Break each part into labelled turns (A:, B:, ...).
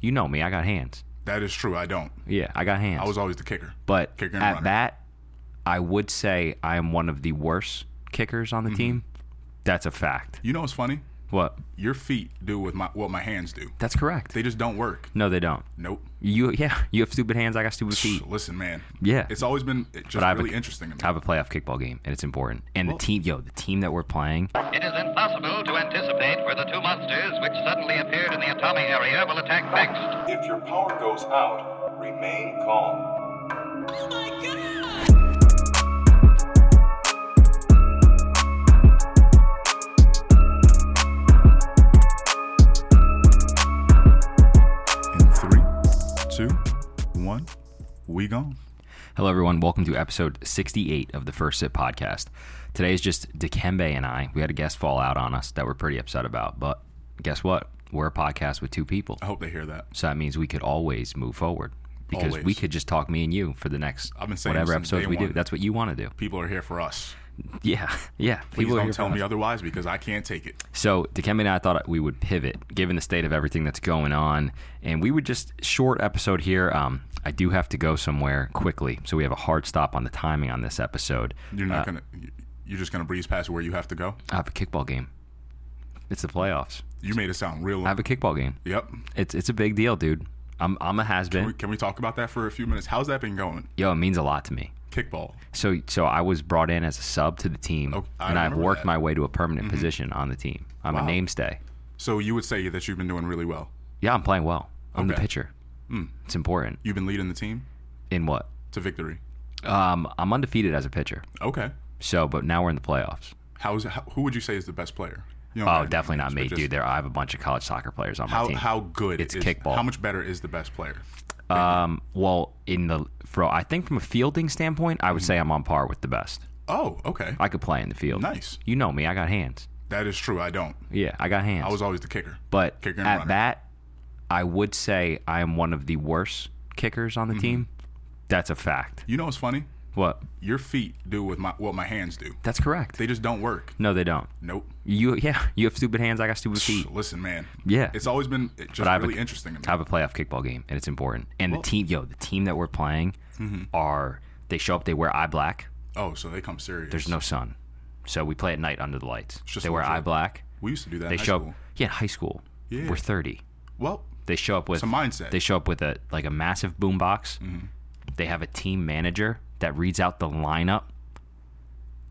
A: You know me. I got hands.
B: That is true. I don't.
A: Yeah, I got hands.
B: I was always the kicker.
A: but
B: kicker and
A: at
B: runner.
A: that, I would say I am one of the worst kickers
B: Mm-hmm.
A: on the team. That's a fact.
B: You know what's funny?
A: What?
B: Your feet do with my what my hands do.
A: That's correct.
B: They just don't work.
A: no, they don't.
B: Nope.
A: You yeah, you have stupid hands. I got stupid feet.
B: Listen, man.
A: Yeah.
B: It's always been it's just
A: I have a-
B: really interesting to me.
A: I have a playoff kickball game, and it's important. And the team, yo, the team that we're playing,
C: It is impossible to anticipate where the two monsters which suddenly appeared in the Atami area will attack next.
D: If your power goes out, remain calm.
B: In three, two, one, we gone.
A: Hello, everyone. Welcome to episode 68 of the First Sip podcast. Today is just Dikembe and I. We had a guest fall out on us that we're pretty upset about, but guess what? We're a podcast with two people.
B: I hope they hear that.
A: So that means we could always move forward because we
B: Always.
A: could just talk me and you for the next
B: I've been saying
A: whatever
B: since
A: episodes
B: day
A: we do.
B: one.
A: That's what you want to do.
B: People are here for us.
A: Yeah. Yeah.
B: Please
A: are
B: don't
A: here
B: tell
A: for
B: me
A: us.
B: otherwise because I can't take it.
A: So Dikembe and I thought we would pivot, given the state of everything that's going on, and we would just short episode here. Um, I do have to go somewhere quickly, so we have a hard stop on the timing on this episode.
B: You're not gonna. you- You're just gonna breeze past where you have to go.
A: I have a kickball game. It's the playoffs.
B: You made it sound real.
A: I have a kickball game.
B: yep.
A: It's it's a big deal, dude. I'm I'm a has
B: Can we,
A: been.
B: can we talk about that for a few minutes? How's that been going?
A: Yo, it means a lot to me.
B: Kickball.
A: So so I was brought in as a sub to the team,
B: Oh, I
A: and I've
B: remember
A: worked
B: that. Mm-hmm.
A: my way to a permanent position on the team. I'm a
B: Wow.
A: namestay.
B: So you would say that you've been doing really well.
A: Yeah, I'm playing well. I'm the
B: Okay. Hmm.
A: pitcher. It's important.
B: You've been leading the team
A: In what?
B: to victory.
A: Um, I'm undefeated as a pitcher.
B: Okay.
A: So, but now we're in the playoffs.
B: How's how, who would you say is the best player? You know,
A: Oh, definitely not me,
B: but just
A: dude. There, I have a bunch of college soccer players on my
B: How
A: team.
B: how good
A: It's
B: is,
A: kickball.
B: How much better is the best player?
A: um, well, in the fro, I think from a fielding standpoint, I would
B: Hmm.
A: say I'm on par with the best.
B: Oh, okay.
A: I could play in the field.
B: Nice.
A: You know me. I got hands.
B: That is true. I don't.
A: Yeah, I got hands.
B: I was always the kicker.
A: but
B: kicker and
A: at
B: runner.
A: that, I would say I am one of the worst kickers
B: Mm-hmm.
A: on the team. That's a fact.
B: you know what's funny?
A: What?
B: Your feet do with my what my hands do.
A: That's correct.
B: They just don't work.
A: no, they don't.
B: Nope.
A: You yeah, you have stupid hands. I got stupid feet.
B: Listen, man.
A: Yeah.
B: It's always been it just
A: I have a-
B: really interesting to me.
A: I have a playoff kickball game, and it's important. And the team, yo, the team that we're playing
B: Mm-hmm.
A: are they show up? They wear eye black.
B: Oh, so they come serious.
A: There's no sun, so we play at night under the lights.
B: just
A: they wear
B: legit.
A: eye black.
B: We used to do that.
A: They
B: in high
A: show
B: school.
A: up. Yeah, in high school.
B: Yeah.
A: We're thirty.
B: Well,
A: They show up with
B: It's a mindset.
A: They show up with a like a massive boom box. They have a team manager that reads out the lineup.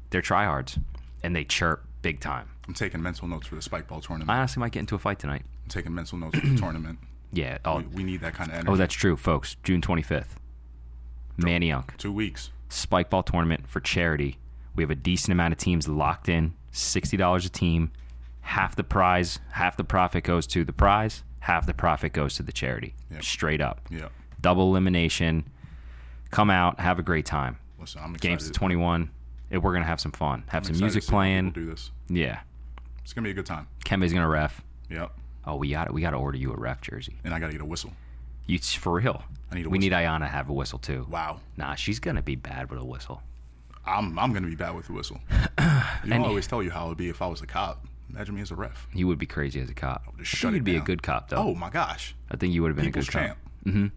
A: They're tryhards, and they chirp big time.
B: I'm taking mental notes for the spike ball tournament.
A: I
B: I'm
A: honestly might get into a fight tonight.
B: taking mental notes for the tournament.
A: Yeah. Oh,
B: We, we need that kind of energy.
A: oh, that's true, folks. June twenty fifth. Maniunk
B: Two weeks.
A: spike ball tournament for charity. We have a decent amount of teams locked in. Sixty dollars a team. Half the prize, half the profit goes to the prize. Half the profit goes to the charity.
B: Yep.
A: Straight up.
B: Yeah.
A: double elimination. Come out, have a great time.
B: Listen, I'm excited.
A: Games to 21. It- we're gonna have some fun, have some
B: I'm excited
A: music
B: to see how people
A: playing.
B: Do this.
A: Yeah,
B: It's gonna be a good time.
A: Kemba's gonna ref.
B: Yep.
A: Oh, we got to We got to order you a ref jersey.
B: And I gotta get a whistle.
A: You it's for real?
B: I need a
A: we
B: whistle.
A: need Ayana to have a whistle too.
B: Wow.
A: Nah, she's gonna be bad with a whistle.
B: I'm I'm gonna be bad with the whistle. You know, I always tell you how it'd be if I was a cop. Imagine me as a ref.
A: You would be crazy as a cop.
B: just
A: I
B: shut
A: think
B: it
A: you'd be a
B: down.
A: good cop though.
B: Oh my gosh.
A: I think you would have been a good
B: People's
A: cop.
B: champ. Mm-hmm.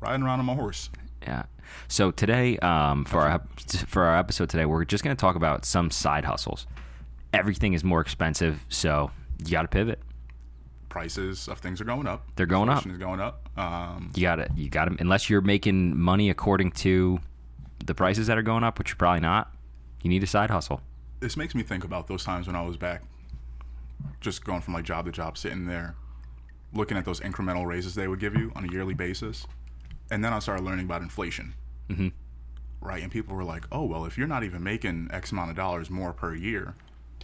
B: Riding around on my horse.
A: Yeah. So today, um, for our for our episode today, we're just going to talk about some side hustles. Everything is more expensive, so you got to pivot.
B: Prices of things are going up.
A: They're going up.
B: Inflation is going up. Um,
A: you gotta you gotta unless you're making money according to the prices that are going up which you're probably not you need a side hustle
B: this makes me think about those times when I was back, just going from like job to job, sitting there, looking at those incremental raises they would give you on a yearly basis, and then I started learning about inflation. Mm-hmm. Right, and people were like, "Oh, well, if you're not even making X amount of dollars more per year,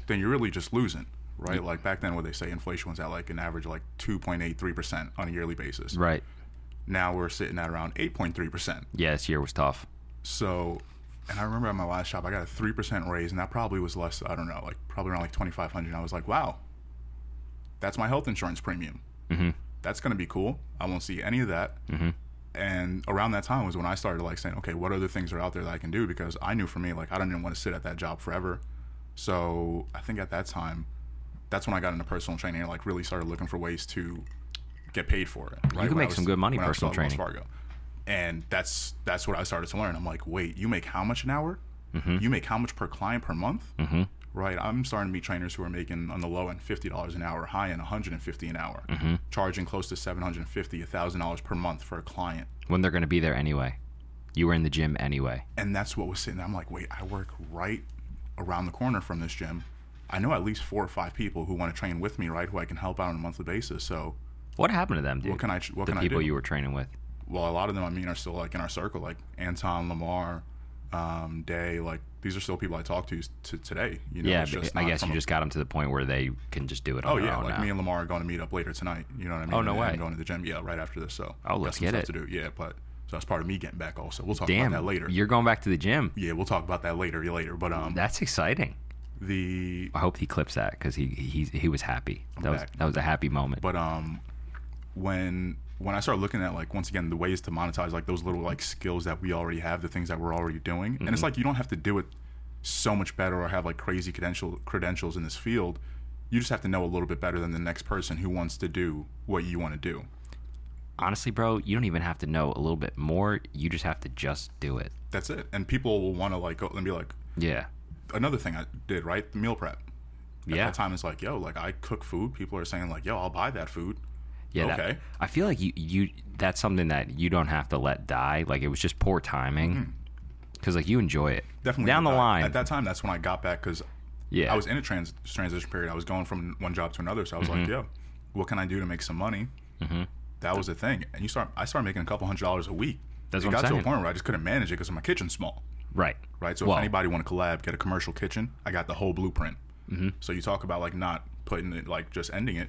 B: then you're really just losing." Right, like back then, what they say inflation was at like an average of like two point eight three percent on a yearly basis.
A: right
B: Now we're sitting at around eight point three percent.
A: yeah this year was tough
B: So, and I remember at my last job, I got a three percent raise, and that probably was less. I don't know, like probably around like twenty five hundred. I was like, wow, that's my health insurance premium. Mm-hmm. That's gonna be cool. I won't see any of that. Mm-hmm. And around that time was when I started like saying, okay, what other things are out there that I can do? Because I knew for me, like I didn't want to sit at that job forever. So I think at that time, that's when I got into personal training and like really started looking for ways to get paid for it. Right?
A: can
B: When I
A: make some good money
B: when I was
A: personal
B: still at Wells
A: training.
B: Fargo. And that's that's what I started to learn. I'm like, wait, you make how much an hour?
A: Mm-hmm.
B: You make how much per client per month? Mm-hmm. Right. I'm starting to meet trainers who are making on the low end fifty dollars an hour, high end one hundred and fifty an hour,
A: Mm-hmm.
B: charging close to seven hundred and fifty, thousand dollars per month for a client.
A: when they're going to be there anyway. You were in the gym anyway.
B: And that's what was sitting there. I'm like, wait, I work right around the corner from this gym. I know at least four or five people who want to train with me, right? Who I can help out on a monthly basis. So,
A: What happened to them, dude?
B: what can I? What
A: the
B: can
A: people
B: I do?
A: you were training with.
B: well, a lot of them I mean are still like in our circle, like Anton Lamar, um, Day. Like these are still people I talk to to today. You know,
A: yeah,
B: it's
A: but
B: just
A: I
B: not
A: guess you
B: from a-
A: just got them to the point where they can just do it.
B: Oh
A: on their
B: yeah,
A: own
B: like
A: now.
B: me and Lamar are going to meet up later tonight. You know what I mean?
A: Oh, no
B: And then
A: way.
B: Going to the gym, yeah, right after this. So
A: Oh,
B: got
A: let's
B: some
A: get
B: stuff
A: it.
B: to do. Yeah, but so that's part of me getting back. Also, we'll talk
A: Damn,
B: about that later.
A: You're going back to the gym.
B: yeah, we'll talk about that later. Later, but um,
A: That's exciting.
B: the
A: I hope he clips that because he, he he was happy. That was
B: back.
A: that was a happy moment.
B: but um when when i started looking at like once again the ways to monetize like those little like skills that we already have the things that we're already doing and
A: Mm-hmm.
B: it's like you don't have to do it so much better or have like crazy credential credentials in this field you just have to know a little bit better than the next person who wants to do what you want to do
A: Honestly, bro, you don't even have to know a little bit more. You just have to just do it.
B: that's it and people will want to like go and be like
A: Yeah,
B: another thing i did right the meal prep at
A: Yeah.
B: that time it's like yo like i cook food people are saying like yo i'll buy that food
A: yeah. that-
B: Okay.
A: I feel like you you that's something that you don't have to let die. Like it was just poor
B: Mm-hmm.
A: timing because like you enjoy it
B: definitely
A: down
B: did
A: the
B: that.
A: line.
B: at that time that's when i got back because
A: yeah,
B: I was in a trans- transition period. I was going from one job to another, so I was
A: Mm-hmm.
B: like, "Yo, what can I do to make some money?" That was the thing, and you start. I started making a couple hundred dollars a week.
A: That's
B: it
A: what I'm
B: got to
A: saying.
B: a point where I just couldn't manage it because my kitchen's small,
A: right.
B: right? So
A: Well-
B: if anybody want to collab, get a commercial kitchen, I got the whole blueprint.
A: Mm-hmm.
B: So you talk about like not putting it, like just ending it.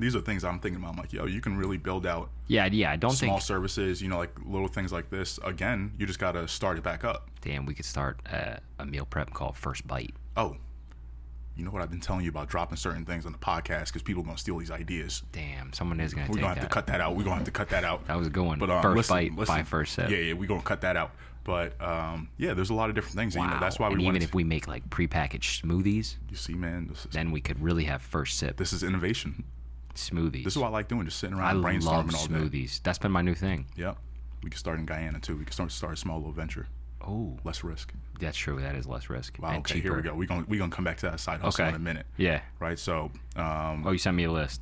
B: These are things I'm thinking about. I'm like, yo, you can really build out
A: Yeah, yeah. I don't
B: small
A: think.
B: services, you know, like little things like this. Again, you just got to start it back up.
A: Damn, we could start uh, a meal prep called First Bite.
B: Oh, you know what I've been telling you about dropping certain things on the podcast because people gonna steal these ideas.
A: Damn, someone is gonna take
B: We're gonna
A: that.
B: have to cut that out. We're gonna have to cut that out.
A: That was a good one.
B: uh,
A: First bite by first sip.
B: Yeah, yeah, we're gonna cut that out. But um, yeah, there's a lot of different things. Wow. You know, that's why
A: and
B: we
A: even
B: wanted.
A: if
B: To,
A: we make like prepackaged smoothies,
B: you see, man, this is,
A: then we could really have first sip
B: this is innovation.
A: smoothies.
B: This is what I like doing, just sitting
A: I
B: around brainstorming
A: love
B: all day.
A: smoothies. That's been my new thing.
B: Yep. We can start in Guyana too. We can start start a small little venture,
A: Oh,
B: less risk.
A: that's true. That is less risk
B: Wow.
A: and
B: okay,
A: cheaper.
B: here we go. We're gonna we're gonna come back to that side hustle
A: Okay.
B: in a minute.
A: Yeah.
B: Right. So um,
A: Oh, you sent me a list.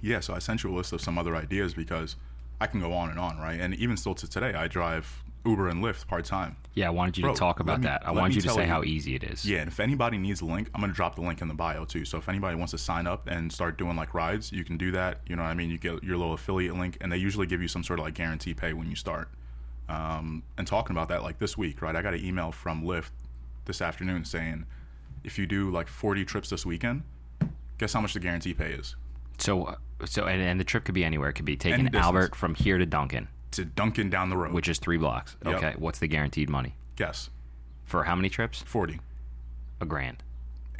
B: Yeah, so I sent you a list of some other ideas because I can go on and on, right? And even still to today, I drive Uber and Lyft part time.
A: Yeah, I wanted you
B: Bro,
A: to talk about
B: let me-
A: that. I
B: let
A: wanted
B: me
A: you to
B: tell
A: say
B: you-
A: how easy it is.
B: Yeah, and if anybody needs a link, I'm gonna drop the link in the bio too. So if anybody wants to sign up and start doing like rides, you can do that. You know what I mean? You get your little affiliate link, and they usually give you some sort of like guarantee pay when you start. Um, and talking about that, like this week, right? I got an email from Lyft this afternoon saying, if you do like 40 trips this weekend, guess how much the guarantee pay is
A: So, uh, so and, and the trip could be anywhere. It could be taking
B: distance.
A: Albert from here to Duncan,
B: to Duncan down the road.
A: which is three blocks.
B: Yep.
A: Okay, what's the guaranteed money
B: guess
A: for how many trips?
B: 40.
A: A grand.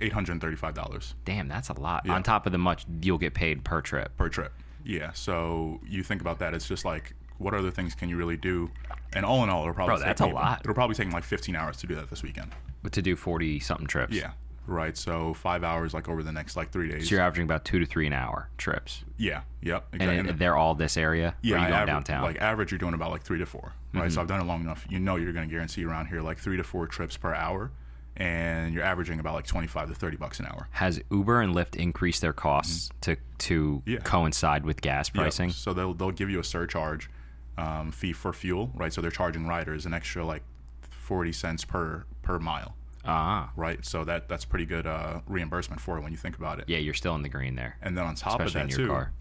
B: eight hundred and thirty-five dollars
A: Damn, that's a lot. On top of the much you'll get paid per trip.
B: per trip. Yeah, so you think about that. It's just like, what other things can you really do? And all in all, it'll probably
A: Bro,
B: take
A: that's a
B: me-
A: lot.
B: It'll probably take me like fifteen hours to do that this weekend.
A: But to do forty something trips.
B: Yeah, right. So five hours like over the next like three days.
A: So you're averaging about two to three an hour trips,
B: yeah, yep,
A: and,
B: exactly.
A: it- they're all this area. or
B: yeah,
A: you
B: I
A: going
B: aver-
A: downtown. Mm-hmm.
B: Like average, you're doing about like three to 4 right? So I've done it long enough. You know, you're going to guarantee around here like three to four trips per hour, and you're averaging about like twenty-five to thirty bucks an hour.
A: Has Uber and Lyft increased their costs to to
B: Mm-hmm. Yeah.
A: coincide with gas
B: Yep.
A: pricing?
B: So they'll they'll give you a surcharge um, fee for fuel, right? So they're charging riders an extra like forty cents per per mile,
A: Ah,
B: right? So that that's pretty good uh, reimbursement for it when you think about it.
A: yeah, you're still in the green there,
B: And then on top
A: especially in
B: of that
A: your
B: too,
A: car.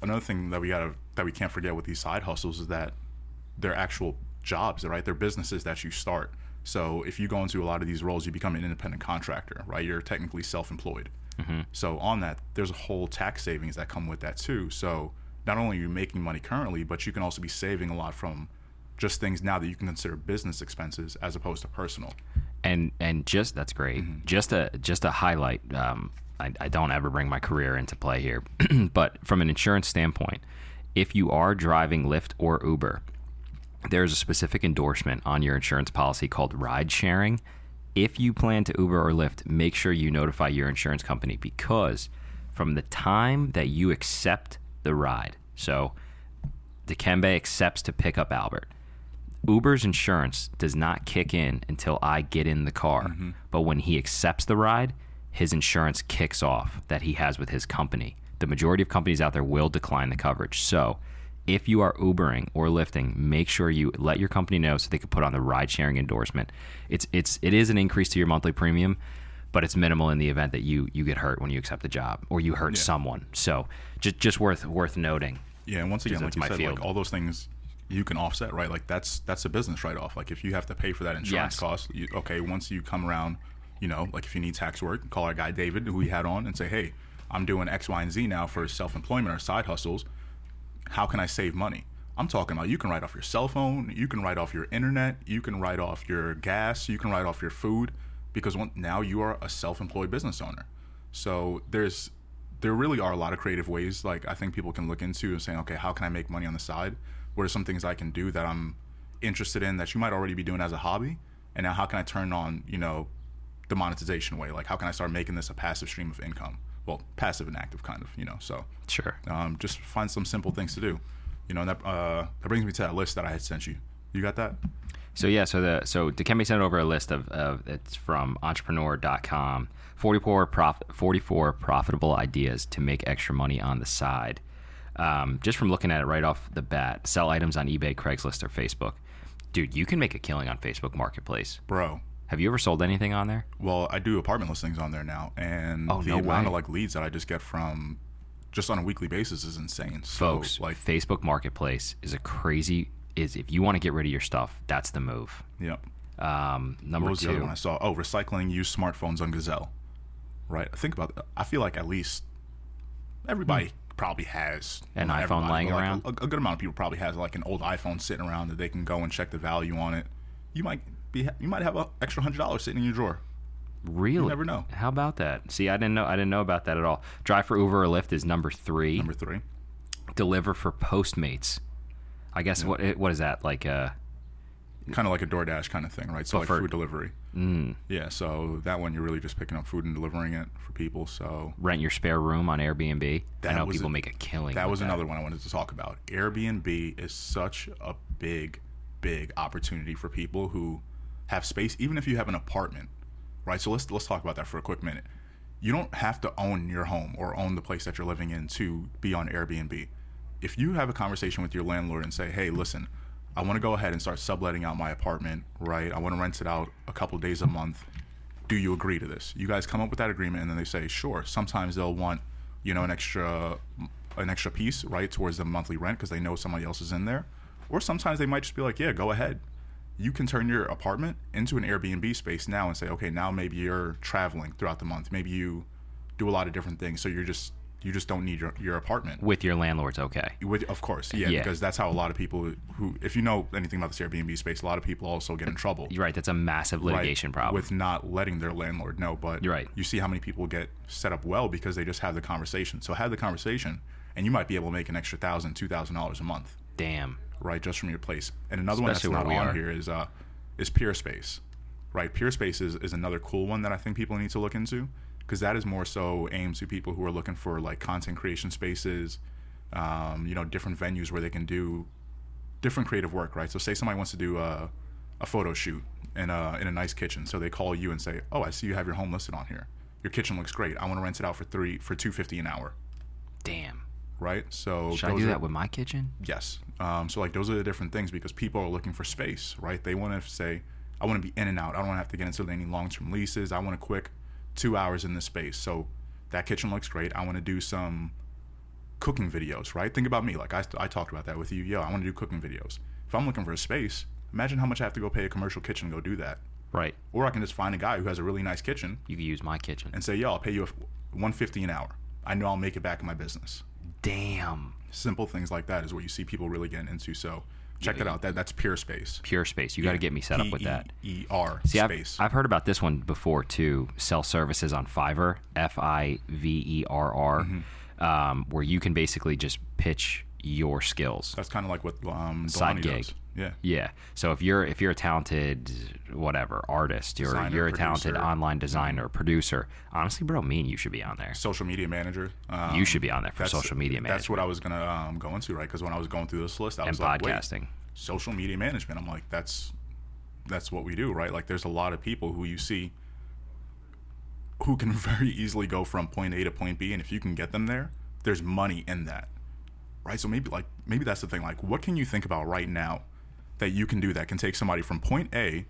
B: another thing that we gotta that we can't forget with these side hustles is that they're actual jobs, right? They're businesses that you start. So if you go into a lot of these roles, you become an independent contractor, right? You're technically self-employed. So on that, there's a whole tax savings that come with that too. So not only are you making money currently, but you can also be saving a lot from just things now that you can consider business expenses as opposed to personal.
A: and and just that's great. Just a just a highlight. Um, I, I don't ever bring my career into play here, but from an insurance standpoint, if you are driving Lyft or Uber, there is a specific endorsement on your insurance policy called ride sharing. If you plan to Uber or Lyft, make sure you notify your insurance company because from the time that you accept the ride So Dikembe accepts to pick up Albert. Uber's insurance does not kick in until I get in the car. But when he accepts the ride, his insurance kicks off that he has with his company. The majority of companies out there will decline the coverage. So if you are Ubering or lifting, make sure you let your company know so they can put on the ride sharing endorsement. It's it's it is an increase to your monthly premium, but it's minimal in the event that you you get hurt when you accept the job or you hurt someone. So just just worth worth noting.
B: Yeah, and once again,
A: that's
B: like you
A: my
B: said,
A: field.
B: like all those things you can offset, right? Like that's that's a business write off. Like if you have to pay for that insurance
A: Yes.
B: cost, you, okay, once you come around, you know, like if you need tax work, call our guy David, who we had on, and say, hey, I'm doing X, Y, and Z now for self employment or side hustles. How can I save money? I'm talking about you can write off your cell phone, you can write off your internet, you can write off your gas, you can write off your food, because one, now you are a self employed business owner. So there's there really are a lot of creative ways like I think people can look into and saying, okay, how can I make money on the side? What are some things I can do that I'm interested in that you might already be doing as a hobby? And now how can I turn on, you know, the monetization way? Like how can I start making this a passive stream of income? Well, passive and active kind of, you know. So
A: Sure.
B: um, just find some simple things to do. You know, and that uh, that brings me to that list that I had sent you. You got that?
A: So yeah, so the so Dikembe sent over a list of, of it's from entrepreneur.com. 44 prof, 44 profitable ideas to make extra money on the side. Um, just from looking at it right off the bat, sell items on eBay, Craigslist, or Facebook. Dude, you can make a killing on Facebook Marketplace.
B: Bro,
A: Have you ever sold anything on there?
B: Well, I do apartment listings on there now, and
A: Oh,
B: the
A: no
B: amount
A: way.
B: of like leads that I just get from just on a weekly basis is insane. So,
A: Folks,
B: like,
A: Facebook Marketplace is a crazy is if you want to get rid of your stuff, that's the move.
B: yeah.
A: Um, number
B: What was
A: two,
B: the other one I saw? Oh, recycling used smartphones on Gazelle. Right. Think about. that. I feel like at least everybody probably has
A: Hmm. An
B: not
A: iPhone
B: everybody,
A: lying
B: but, like,
A: around?
B: A, a good amount of people probably has like an old iPhone sitting around that they can go and check the value on it. You might be. You might have an extra hundred dollars sitting in your drawer.
A: Really?
B: never know.
A: How about that? See, I didn't know. I didn't know about that at all. Drive for Uber or Lyft is number three.
B: Number three.
A: Deliver for Postmates. I guess what it- what is that like? Uh,
B: kind of like a DoorDash kind of thing, right? So
A: But
B: like
A: for-
B: food delivery. Mm. Yeah, so that one you're really just picking up food and delivering it for people. So
A: rent your spare room on Airbnb. I
B: That
A: know
B: was
A: people
B: a-
A: make a killing.
B: that
A: with
B: was another one I wanted to talk about. Airbnb is such a big, big opportunity for people who have space, even if you have an apartment, right? So let's let's talk about that for a quick minute. You don't have to own your home or own the place that you're living in to be on Airbnb. If you have a conversation with your landlord and say, "Hey, listen, I want to go ahead and start subletting out my apartment, right? I want to rent it out a couple days a month." do you agree to this? You guys come up with that agreement, and then they say, sure. Sometimes they'll want, you know, an extra, an extra piece, right, towards the monthly rent because they know somebody else is in there. Or sometimes they might just be like, yeah, go ahead. You can turn your apartment into an Airbnb space now and say, okay, now maybe you're traveling throughout the month. Maybe you do a lot of different things, so you're just you just don't need your, your apartment.
A: with your landlords. Okay.
B: With, of course, yeah,
A: Yeah.
B: because that's how a lot of people who, if you know anything about this Airbnb space, a lot of people also get in trouble
A: You're right. That's a massive litigation
B: right,
A: problem.
B: with not letting their landlord know. But
A: You're right.
B: you see how many people get set up well because they just have the conversation. So have the conversation, and you might be able to make an extra thousand, two thousand dollars a month,
A: Damn.
B: right, just from your place. And another
A: Especially
B: one that's
A: where
B: not
A: we
B: on
A: are.
B: here is uh, is peer space, right? Peer space is, is another cool one that I think people need to look into because that is more so aimed to people who are looking for like content creation spaces, um, you know, different venues where they can do different creative work, right? So say somebody wants to do a, a photo shoot in a in a nice kitchen, so they call you and say, "Oh, I see you have your home listed on here. Your kitchen looks great. I want to rent it out for three for two fifty an hour."
A: Damn.
B: Right? So
A: Should I
B: those
A: do
B: are-
A: that with my kitchen?
B: Yes. Um, so like those are the different things because people are looking for space, right? They want to say, I want to be in and out. I don't want to have to get into any long-term leases. I want a quick two hours in this space. So that kitchen looks great. I want to do some cooking videos, right? Think about me. Like I, I talked about that with you. Yo, I want to do cooking videos. If I'm looking for a space, imagine how much I have to go pay a commercial kitchen to go do that.
A: Right.
B: Or I can just find a guy who has a really nice kitchen
A: You could use my kitchen.
B: and say, yo, I'll pay you a f- 150 an hour. I know I'll make it back in my business
A: Damn.
B: simple things like that is what you see people really getting into. So check that out. That that's pure space.
A: Pure space. You got to get me set up with that.
B: E R
A: See, I've-
B: space.
A: I've, heard about this one before too. Sell services on
B: Mm-hmm.
A: Fiverr, F I V E R R, um, where you can basically just pitch your skills.
B: That's kind of like what um,
A: Side
B: Delaney
A: gig.
B: does. Yeah.
A: Yeah. So if you're if you're a talented whatever artist, you're
B: Designer,
A: you're a talented
B: producer.
A: online designer, producer. Honestly, bro, me and you should be on there.
B: Social media manager. Um,
A: you should be on there for
B: that's-
A: social media
B: That's what
A: management
B: I was gonna um, go into, right? Because when I was going through this list, I
A: and
B: was like, wait,
A: podcasting.
B: social media management. I'm like, that's that's what we do, right? Like, there's a lot of people who you see who can very easily go from point A to point B, and if you can get them there, there's money in that, right? So maybe like maybe that's the thing. Like, what can you think about right now that you can do that can take somebody from point A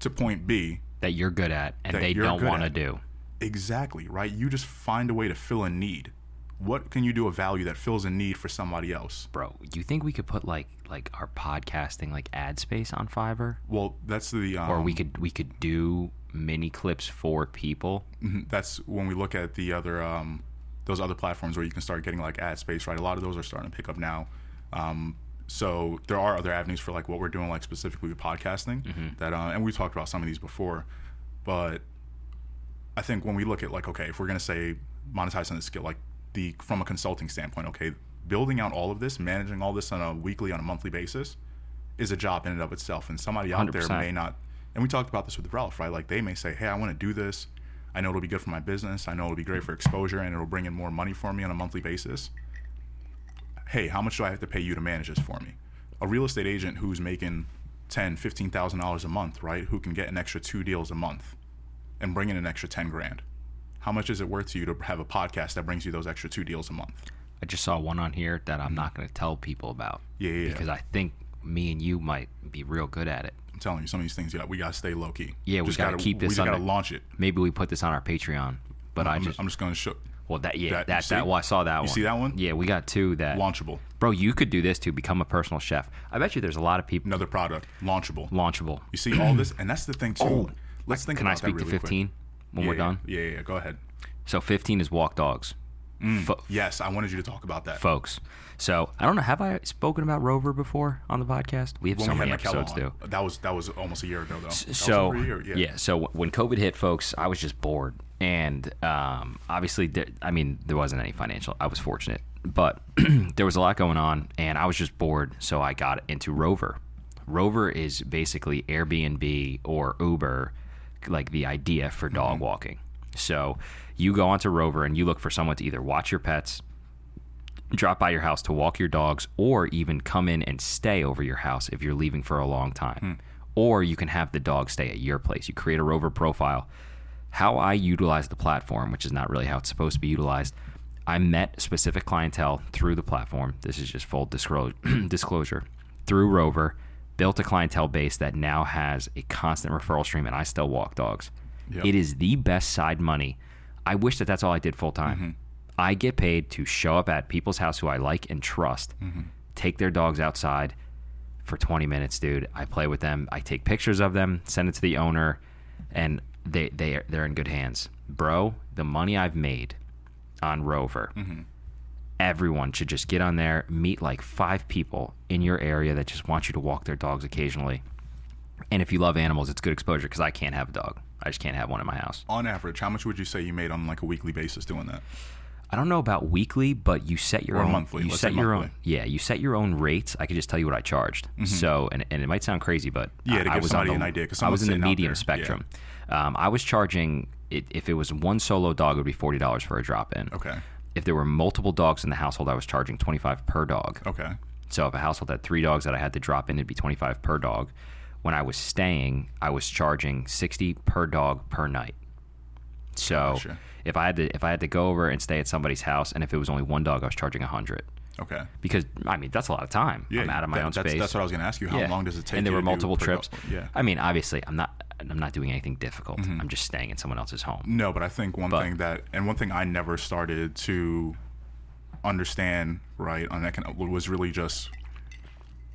B: to point B
A: that you're good at and
B: that
A: they
B: you're
A: don't
B: good
A: want to
B: at.
A: do.
B: Exactly, right? You just find a way to fill a need. What can you do a value that fills a need for somebody else?
A: Bro, you think we could put like like our podcasting like ad space on Fiverr?
B: Well, that's the um,
A: Or we could we could do mini clips for people.
B: mhm, that's when we look at the other um, those other platforms where you can start getting like ad space, right? A lot of those are starting to pick up now. Um, so there are other avenues for like what we're doing, like specifically with podcasting. That uh, and we talked about some of these before, but I think when we look at like okay, if we're gonna say monetizing the skill, like the from a consulting standpoint, okay, building out all of this, managing all this on a weekly, on a monthly basis, is a job in and of itself. And somebody out there
A: 100%.
B: may not. And we talked about this with Ralph, right? Like they may say, hey, I want to do this. I know it'll be good for my business. I know it'll be great for exposure, and it'll bring in more money for me on a monthly basis. Hey, how much do I have to pay you to manage this for me? A real estate agent who's making ten, fifteen thousand dollars a month, right? Who can get an extra two deals a month and bring in an extra 10 grand. How much is it worth to you to have a podcast that brings you those extra two deals a month?
A: I just saw one on here that I'm not going to tell people about.
B: Mm-hmm. Yeah, yeah, yeah.
A: Because I think me and you might be real good at it.
B: I'm telling you, some of these things, yeah, we got to stay low key.
A: Yeah, we gotta keep
B: We
A: this
B: just got to
A: under-
B: launch it.
A: Maybe we put this on our Patreon. But i
B: I'm,
A: just
B: I'm just going to show
A: well that yeah
B: that- you
A: that that,
B: see?
A: well I saw that one.
B: see that one?
A: Yeah, we got two that
B: launchable.
A: Bro, you could do this to become a personal chef. I bet you there's a lot of people
B: Another product, launchable.
A: launchable.
B: You see all this, and that's the thing too. Let's think.
A: Oh, Can
B: about
A: I speak
B: that
A: to
B: really
A: 15
B: Quick.
A: when
B: yeah,
A: we're
B: yeah,
A: done?
B: Yeah, yeah, yeah. Go ahead.
A: So 15 is walk dogs.
B: Mm.
A: Fo-
B: Yes, I wanted you to talk about that.
A: folks. So I don't know. Have I spoken about Rover before on the podcast? We have
B: When
A: so
B: we had
A: many
B: Michaela
A: episodes,
B: on.
A: too.
B: That was that was almost a year ago though. That was
A: So
B: over a year,
A: yeah. So when COVID hit, folks, I was just bored, and um, obviously, there, I mean, there wasn't any financial. I was fortunate, but there was a lot going on, and I was just bored. So I got into Rover. Rover is basically Airbnb or Uber, like the idea for dog walking. So you go onto Rover and you look for someone to either watch your pets, drop by your house to walk your dogs or even come in and stay over your house if you're leaving for a long time. Or you can have the dog stay at your place. You create a rover profile. How I utilize the platform, which is not really how it's supposed to be utilized, I met specific clientele through the platform. This is just full disclosure, disclosure through Rover, built a clientele base that now has a constant referral stream, and I still walk dogs.
B: Yep.
A: It is the best side money. I wish that that's all I did full time. I get paid to show up at people's house who I like and trust, take their dogs outside for 20 minutes, dude. I play with them, I take pictures of them, send it to the owner, and they they they're in good hands. Bro, the money I've made on Rover. Everyone should just get on there, meet like five people in your area that just want you to walk their dogs occasionally. And if you love animals, it's good exposure because I can't have a dog. I just can't have one in my house.
B: On average, how much would you say you made on like a weekly basis doing that?
A: I don't know about weekly, but you set your
B: Or
A: own
B: monthly,
A: You
B: let's
A: set
B: say
A: your own
B: monthly. Mm-hmm.
A: yeah. You set your own rates. I could just tell you what I charged. So and, and it might sound crazy, but
B: Yeah,
A: I,
B: to
A: I
B: give
A: was
B: somebody
A: on the,
B: an idea, 'cause
A: I was in the
B: someone's sitting out
A: medium
B: there.
A: spectrum. Um, I was charging it, if it was one solo dog, it would be forty dollars for a drop in.
B: Okay.
A: If there were multiple dogs in the household, I was charging twenty five per dog.
B: Okay.
A: So if a household had three dogs that I had to drop in, it'd be twenty five per dog. When I was staying, I was charging sixty per dog per night. So
B: Gotcha.
A: if I had to if I had to go over and stay at somebody's house, and if it was only one dog, I was charging hundred
B: Okay.
A: because I mean that's a lot of time. I'm out of my
B: that-
A: own
B: that's,
A: space.
B: That's what I was going to ask you. How
A: Yeah.
B: long does it take?
A: And there
B: you
A: were
B: to do
A: multiple
B: per
A: trips.
B: couple? Yeah. Mm-hmm.
A: I mean, obviously, I'm not I'm not doing anything difficult. I'm just staying in someone else's home.
B: No, but I think one thing that, and one thing I never started to understand, right, on econ- was really just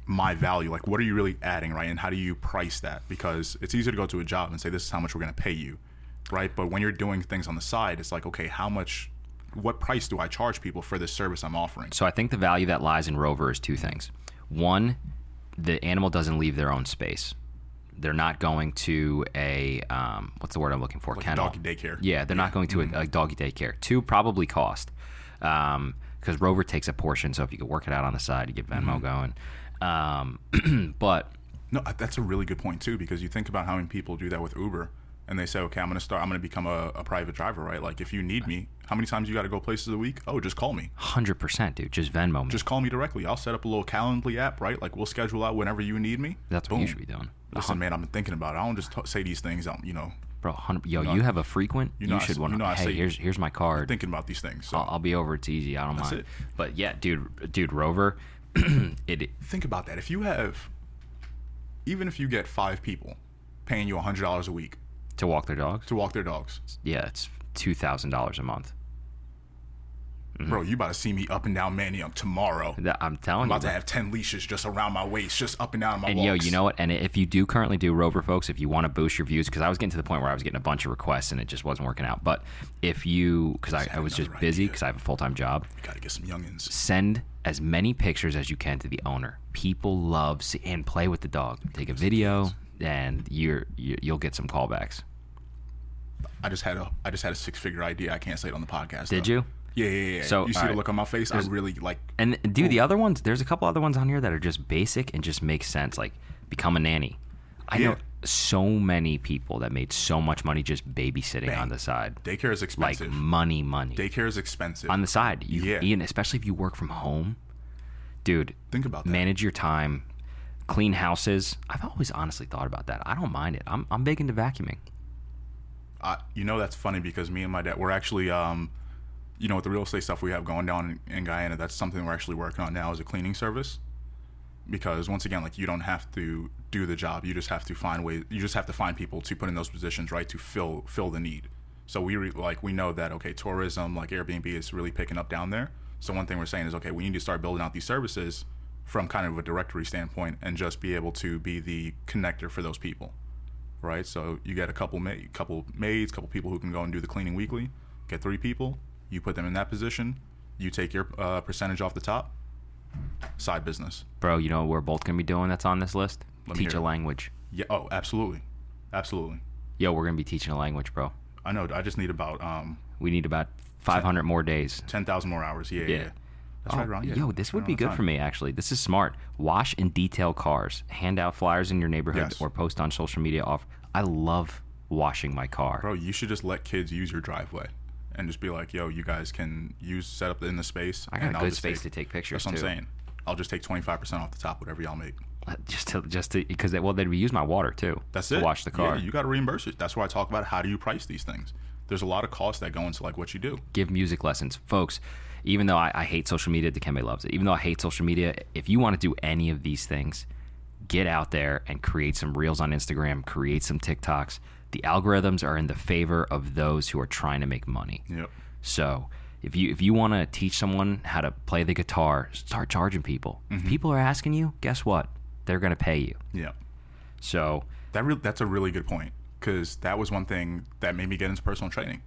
B: my value. Like, what are you really adding, right? And how do you price that? Because it's easy to go to a job and say, this is how much we're going to pay you, right? But when you're doing things on the side, it's like, okay, how much, what price do I charge people for this service I'm offering?
A: So I think the value that lies in Rover is two things. One, the animal doesn't leave their own space. They're not going to a um, what's the word I'm looking for? Kennel.
B: Doggy Mm-hmm. daycare.
A: Yeah, they're not going to a, a doggy daycare. Two, probably cost. Um, because Rover takes a portion. So if you could work it out on the side, you get
B: Mm-hmm.
A: Venmo going. Um, but
B: No, I- that's a really good point too because you think about how many people do that with Uber, and they say, "Okay, I'm going to start. I'm going to become a, a private driver, right? Like, if you need me, how many times you got to go places a week? Oh, just call me.
A: hundred percent, dude, just Venmo me.
B: Just call me directly. I'll set up a little Calendly app, right? Like, we'll schedule out whenever you need me.
A: That's what
B: Boom.
A: you should be doing, Uh-huh.
B: Listen, man, I've been thinking about it. I don't just t- say these things. I'm, you know,
A: bro. 100, yo, you have a frequent. You,
B: know I
A: should
B: s-
A: want.
B: you know I
A: hey,
B: say-
A: here's here's my card.
B: thinking about these things. So
A: I'll, I'll be over. It's easy. I don't mind.
B: it.
A: But yeah, dude, dude, Rover, it
B: think about that. If you have, even if you get five people paying you hundred dollars a week
A: to walk their dogs.
B: to walk their dogs,
A: Yeah, it's two thousand dollars a month. Mm-hmm.
B: bro, you about to see me up and down Manium tomorrow.
A: That I'm telling
B: I'm
A: you.
B: about to
A: bro.
B: have ten leashes just around my waist, just up and down my.
A: And
B: walks.
A: yo, you know what? And if you do currently do Rover, folks, if you want to boost your views, because I was getting to the point where I was getting a bunch of requests and it just wasn't working out. But if you, because I, I was just
B: another
A: busy
B: idea.
A: because I have a full time job,
B: Gotta get some youngins.
A: send as many pictures as you can to the owner. People love see, and play with the dog. Take a video, and you're you, you'll get some callbacks.
B: I just had a I just had a six figure idea. I can't say it on the podcast.
A: Did
B: though.
A: you?
B: Yeah, yeah, yeah.
A: So,
B: you see
A: all
B: the
A: right.
B: look on my face. I really like.
A: And dude, the other ones, there's a couple other ones on here that are just basic and just make sense. Like become a nanny. I know
B: Yeah.
A: so many people that made so much money just babysitting on the side.
B: Daycare is
A: like
B: expensive.
A: money, money
B: daycare is expensive.
A: on the side. You,
B: Yeah.
A: Ian, especially if you work from home, dude.
B: Think about that.
A: Manage your time, clean houses. I've always honestly thought about that. I don't mind it. I'm I'm big into vacuuming.
B: I, you know that's funny because me and my dad we're actually um, you know with the real estate stuff we have going down in, in Guyana that's something we're actually working on now as a cleaning service because once again like you don't have to do the job you just have to find ways you just have to find people to put in those positions right to fill fill the need so we re, like we know that okay tourism like Airbnb is really picking up down there so one thing we're saying is okay we need to start building out these services from kind of a directory standpoint and just be able to be the connector for those people right? So you get a couple ma- couple maids, couple people who can go and do the cleaning weekly. Get three people. You put them in that position. You take your uh, percentage off the top. Side business.
A: Bro, you know what we're both gonna be doing that's on this list?
B: Let me
A: Teach
B: hear
A: a
B: it.
A: language.
B: Yeah. Oh, absolutely, absolutely.
A: Yo, we're gonna be teaching a language, bro.
B: I know. I just need about um,
A: We need about 500 more days.
B: ten thousand more hours. Yeah, yeah.
A: Yeah. Oh,
B: yeah. That's right, Ron. Yeah.
A: Yo, this would
B: Right
A: be
B: on
A: good
B: time.
A: for me actually. This is smart. Wash and detail cars. Hand out flyers in your neighborhood
B: Yes.
A: or post on social media. Off. I love washing my car.
B: bro. You should just let kids use your driveway, and just be like, "Yo, you guys can use set up in the space."
A: I got
B: and
A: a
B: I'll
A: good
B: just
A: space to take pictures
B: That's what
A: too.
B: I'm saying. I'll just take twenty five percent off the top, whatever y'all make.
A: Uh, just to just to because they, well they'd use my water too.
B: That's
A: to
B: it.
A: Wash the car.
B: Yeah, you got to reimburse it. That's why I talk about how do you price these things. There's a lot of costs that go into like what you do.
A: Give music lessons, folks. Even though I, I hate social media, Dikembe loves it. Even though I hate social media, if you want to do any of these things, get out there and create some reels on Instagram, create some TikToks. The algorithms are in the favor of those who are trying to make money.
B: Yep.
A: So if you if you want to teach someone how to play the guitar, start charging people.
B: Mm-hmm.
A: If people are asking you, guess what? They're gonna pay you.
B: Yeah.
A: So
B: That re- that's a really good point because that was one thing that made me get into personal training.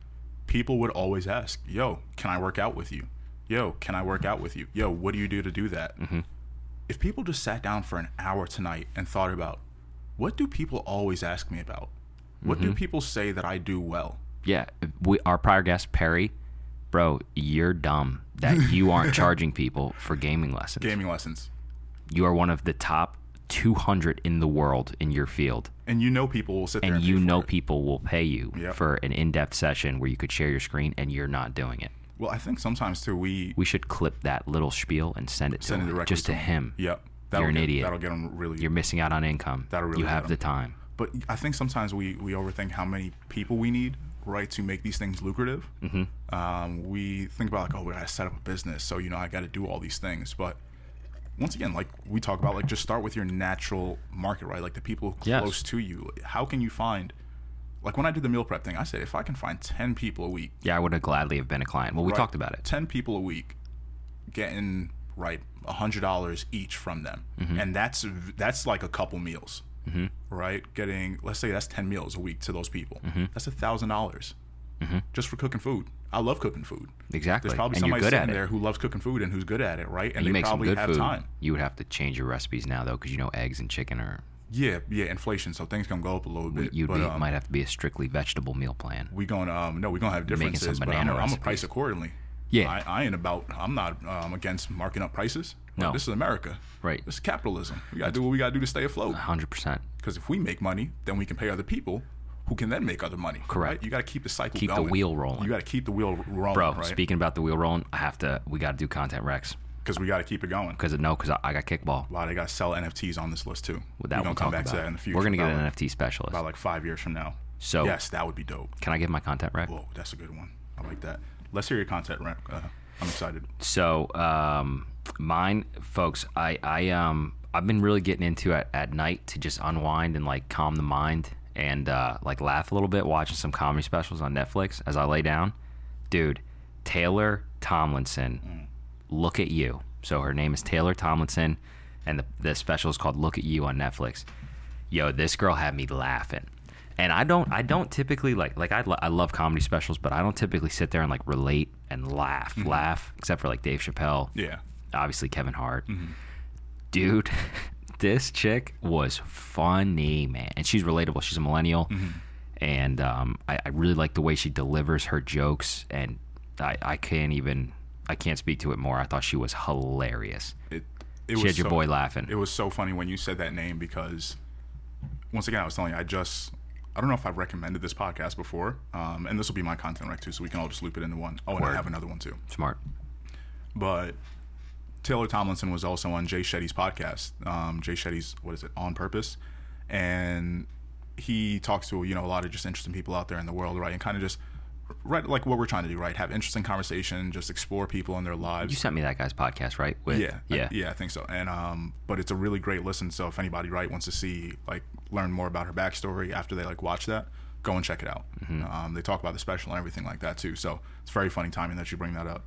B: People would always ask, "Yo, can I work out with you? Yo, can I work out with you? Yo, what do you do to do that?"
A: Mm-hmm.
B: If people just sat down for an hour tonight and thought about, what do people always ask me about? What
A: Mm-hmm.
B: do people say that I do well?
A: yeah, we, our prior guest Perry, bro, you're dumb that you aren't charging people for gaming lessons.
B: Gaming lessons.
A: You are one of the top 200 in the world in your field,
B: And you know people will sit there
A: and
B: and
A: you
B: pay for
A: know
B: it.
A: people will pay you
B: Yep.
A: for an in-depth session where you could share your screen, and you're not doing it.
B: Well, I think sometimes too we
A: We should clip that little spiel and send it to
B: Send it
A: him,
B: directly
A: just to him.
B: Yep.
A: You're an
B: get,
A: idiot.
B: That'll get them really.
A: You're missing out on income.
B: That'll really
A: you have
B: hit 'em.
A: the time.
B: but I think sometimes we, we overthink how many people we need, right, to make these things lucrative. Mm-hmm. Um, we think about like, oh, we gotta set up a business, so you know I gotta do all these things. But once again, like we talk about, like just start with your natural market, right? Like the people
A: Yes.
B: close to you. How can you find? Like when I did the meal prep thing, I said if I can find ten people a week,
A: Yeah, I would have gladly have been a client. Well, we
B: right,
A: talked about it.
B: Ten people a week, getting right hundred dollars each from them,
A: Mm-hmm.
B: and that's that's like a couple meals, right? Getting let's say that's ten meals a week to those people.
A: Mm-hmm.
B: That's a thousand dollars just for cooking food. I love cooking food.
A: Exactly.
B: There's probably
A: Mm-hmm. and
B: somebody
A: you're good
B: sitting
A: at it.
B: there who loves cooking food and who's good at it, right? And
A: you
B: they
A: make some
B: probably
A: good
B: have
A: food.
B: time.
A: You would have to change your recipes now though, because you know eggs and chicken are.
B: Yeah, yeah, inflation, so things gonna go up a little bit.
A: You
B: but,
A: be,
B: um,
A: might have to be a strictly vegetable meal plan.
B: we gonna um no, we gonna have
A: some
B: differences, but I'm
A: banana
B: gonna, I'm gonna
A: recipes.
B: price accordingly.
A: Yeah.
B: I, I ain't about. I'm not um, against marking up prices.
A: No.
B: This is America.
A: Right.
B: This is capitalism. We gotta do what we gotta do to stay afloat.
A: 100%.
B: Because if we make money, then we can pay other people, who can then make other money.
A: Correct.
B: right? You gotta keep the cycle.
A: Keep the
B: going.
A: wheel rolling.
B: You gotta keep the wheel rolling,
A: Bro,
B: Right?
A: speaking about the wheel rolling, I have to, we got to do content Rex.
B: Because we gotta keep it going.
A: Because no, because I, I got kickball.
B: Wow, they gotta sell NFTs on this list too.
A: With that
B: We're gonna
A: we'll talk
B: come back
A: about.
B: to that in the future.
A: We're gonna get
B: about
A: an
B: like-
A: NFT specialist.
B: about like five years from now.
A: So-
B: yes, that would be dope.
A: Can I give my content Rex?
B: Whoa, that's a good one. I like that. Let's hear your content, Rem. Uh, I'm excited.
A: So um, mine, folks, I, I um I've been really getting into it at night to just unwind and like calm the mind and uh, like laugh a little bit, watching some comedy specials on Netflix as I lay down. Dude, Taylor Tomlinson, look at you. So her name is Taylor Tomlinson, and the the special is called Look at You on Netflix. Yo, this girl had me laughing. And I don't, I don't typically like, like I, lo- I love comedy specials, but I don't typically sit there and like relate and laugh, laugh, except for like Dave Chappelle,
B: Mm-hmm. Yeah. Mm-hmm.
A: obviously Kevin Hart. Dude, this chick was funny, man. And she's relatable. She's a millennial.
B: Mm-hmm.
A: And um, I, I really like the way she delivers her jokes. And I, I can't even, I can't speak to it more. I thought she was hilarious.
B: It, it
A: She
B: was
A: had your
B: so-
A: boy laughing.
B: It was so funny when you said that name because, once again, I was telling you, I just, I don't know if I've recommended this podcast before, um, and this will be my content rec too, so we can all just loop it into one. Oh, and I
A: Word.
B: have another one too.
A: Smart.
B: But Taylor Tomlinson was also on Jay Shetty's podcast. Um, Jay Shetty's what is it on purpose, and he talks to you know a lot of just interesting people out there in the world, right? And kind of just right like what we're trying to do, right? Have interesting conversation, just explore people and their lives.
A: You sent me that guy's podcast, right? With,
B: Yeah, I-
A: Yeah.
B: yeah, I think so. And um, but it's a really great listen. So if anybody right wants to see like learn more about her backstory after they like watch that, go and check it out.
A: Mm-hmm.
B: Um, they talk about the special and everything like that too. So it's very funny timing that you bring that up.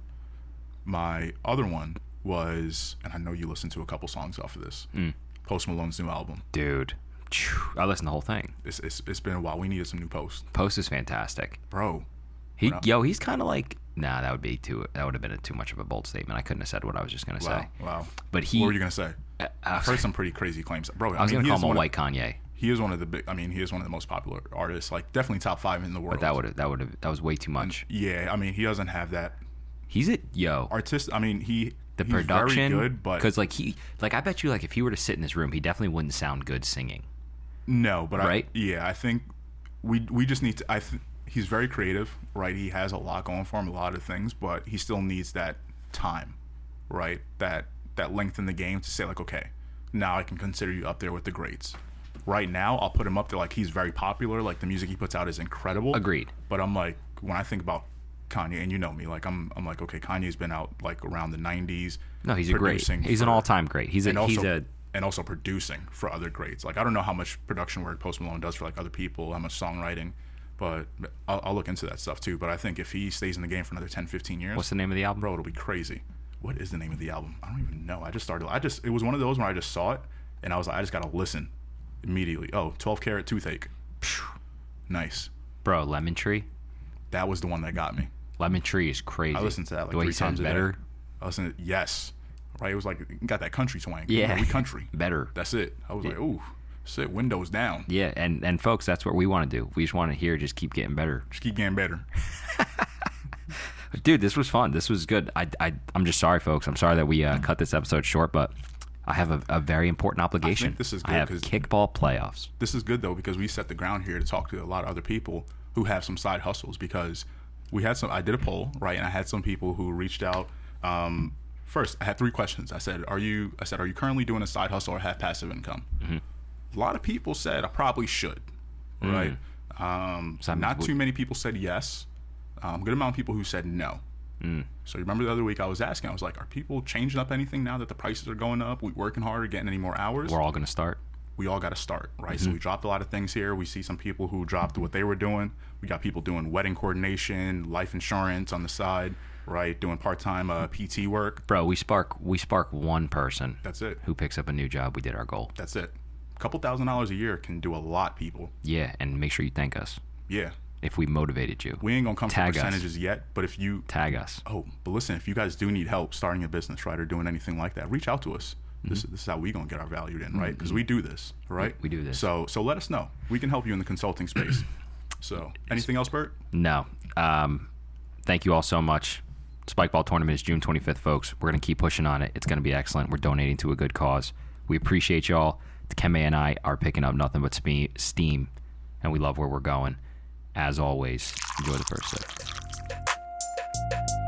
B: My other one was, and I know you listened to a couple songs off of this.
A: Mm.
B: Post Malone's new album.
A: Dude, phew, I listened to the whole thing.
B: It's, it's it's been a while. We needed some new posts,
A: Post is fantastic.
B: bro.
A: He, yo, he's kind of like, nah, that would be too, that would have been a, too much of a bold statement. I couldn't have said what I was just gonna
B: Wow,
A: say.
B: wow.
A: But he,
B: what were you gonna say?
A: I
B: I've
A: was-
B: heard some pretty crazy claims, bro.
A: I was
B: mean,
A: gonna
B: he
A: call
B: is
A: him a
B: one of-
A: white Kanye,
B: He is one of the big. I mean, he is one of the most popular artists. Like definitely top five in the world.
A: but that would have, that would have, that was way too much.
B: Yeah, I mean, he doesn't have that
A: He's a yo.
B: artist. I mean, he
A: the
B: he's
A: production,
B: very good, but
A: because like he, like I bet you, like if he were to sit in this room, he definitely wouldn't sound good singing.
B: no, but
A: right?
B: I, yeah, I think we we just need to. I th- he's very creative, right? He has a lot going for him, a lot of things, but he still needs that time, right? That that length in the game to say like, okay, now I can consider you up there with the greats. Right now, I'll put him up there. Like he's very popular. Like the music he puts out is incredible.
A: Agreed.
B: But I'm like, when I think about Kanye, and you know me, like I'm, I'm like, okay, Kanye's been out like around the '90s.
A: No, he's a great.
B: producing
A: He's an
B: for-
A: all-time great. He's a,
B: and also
A: he's a,
B: and also producing for other greats. Like I don't know how much production work Post Malone does for like other people, how much songwriting, but I'll, I'll look into that stuff too. But I think if he stays in the game for another 10, 15 years,
A: what's the name of the album?
B: bro, it'll be crazy. What is the name of the album? I don't even know. I just started. I just it was one of those where I just saw it and I was like, I just gotta listen immediately. Oh, 12 Carat Toothache, Phew. nice.
A: Bro, Lemon Tree.
B: That was the one that got me.
A: Lemon Tree is crazy.
B: I listened to that like
A: the way
B: three
A: he sounds
B: times a day.
A: better,
B: I listened. To, yes, right. It was like it got that country twang.
A: Yeah.
B: we country.
A: better.
B: That's it. I was like, ooh, shit, windows down.
A: Yeah, and and folks, that's what we want to do. We just want to hear just keep getting better.
B: Just keep getting better.
A: Dude, this was fun. This was good. I I I'm just sorry, folks. I'm sorry that we
B: Mm.
A: uh, cut this episode short, but I have a, a very important obligation.
B: this is
A: I
B: good
A: have
B: 'cause-
A: kickball playoffs.
B: This is good though because we set the ground here to talk to a lot of other people who have some side hustles because we had some. I did a poll right, and I had some people who reached out. Um, first, I had three questions. I said, "Are you?" I said, "Are you currently doing a side hustle or have passive income?" A lot of people said I probably should. Right. Um,
A: Some
B: not
A: would-
B: too many people said yes. Um, good amount of people who said no.
A: Mm.
B: So you remember the other week I was asking, I was like, are people changing up anything now that the prices are going up? We working harder, getting any more hours?
A: We're all gonna start.
B: we all got to start, right?
A: mm-hmm.
B: So we dropped a lot of things here. We see some people who dropped what they were doing. We got people doing wedding coordination, life insurance on the side, right? Doing part time uh, PT work.
A: Bro, we spark we spark one person
B: That's it.
A: who picks up a new job. We did our goal.
B: That's it. A couple thousand dollars a year can do a lot, people.
A: Yeah, and make sure you thank us
B: Yeah.
A: if we motivated you.
B: We ain't going to come
A: Tag us.
B: for percentages yet, but if you
A: Tag us.
B: Oh, but listen, if you guys do need help starting a business, right, or doing anything like that, reach out to us. This, this is how we gonna get our value in, right? Because we do this, right?
A: Mm-hmm. we do this.
B: So so let us know. We can help you in the consulting space. so anything else, Bert?
A: No. Um, thank you all so much. Spikeball tournament is June 25th, folks. We're going to keep pushing on it. It's going to be excellent. We're donating to a good cause. We appreciate y'all. Keme and I are picking up nothing but spe- steam, and we love where we're going. As always, enjoy the first sip.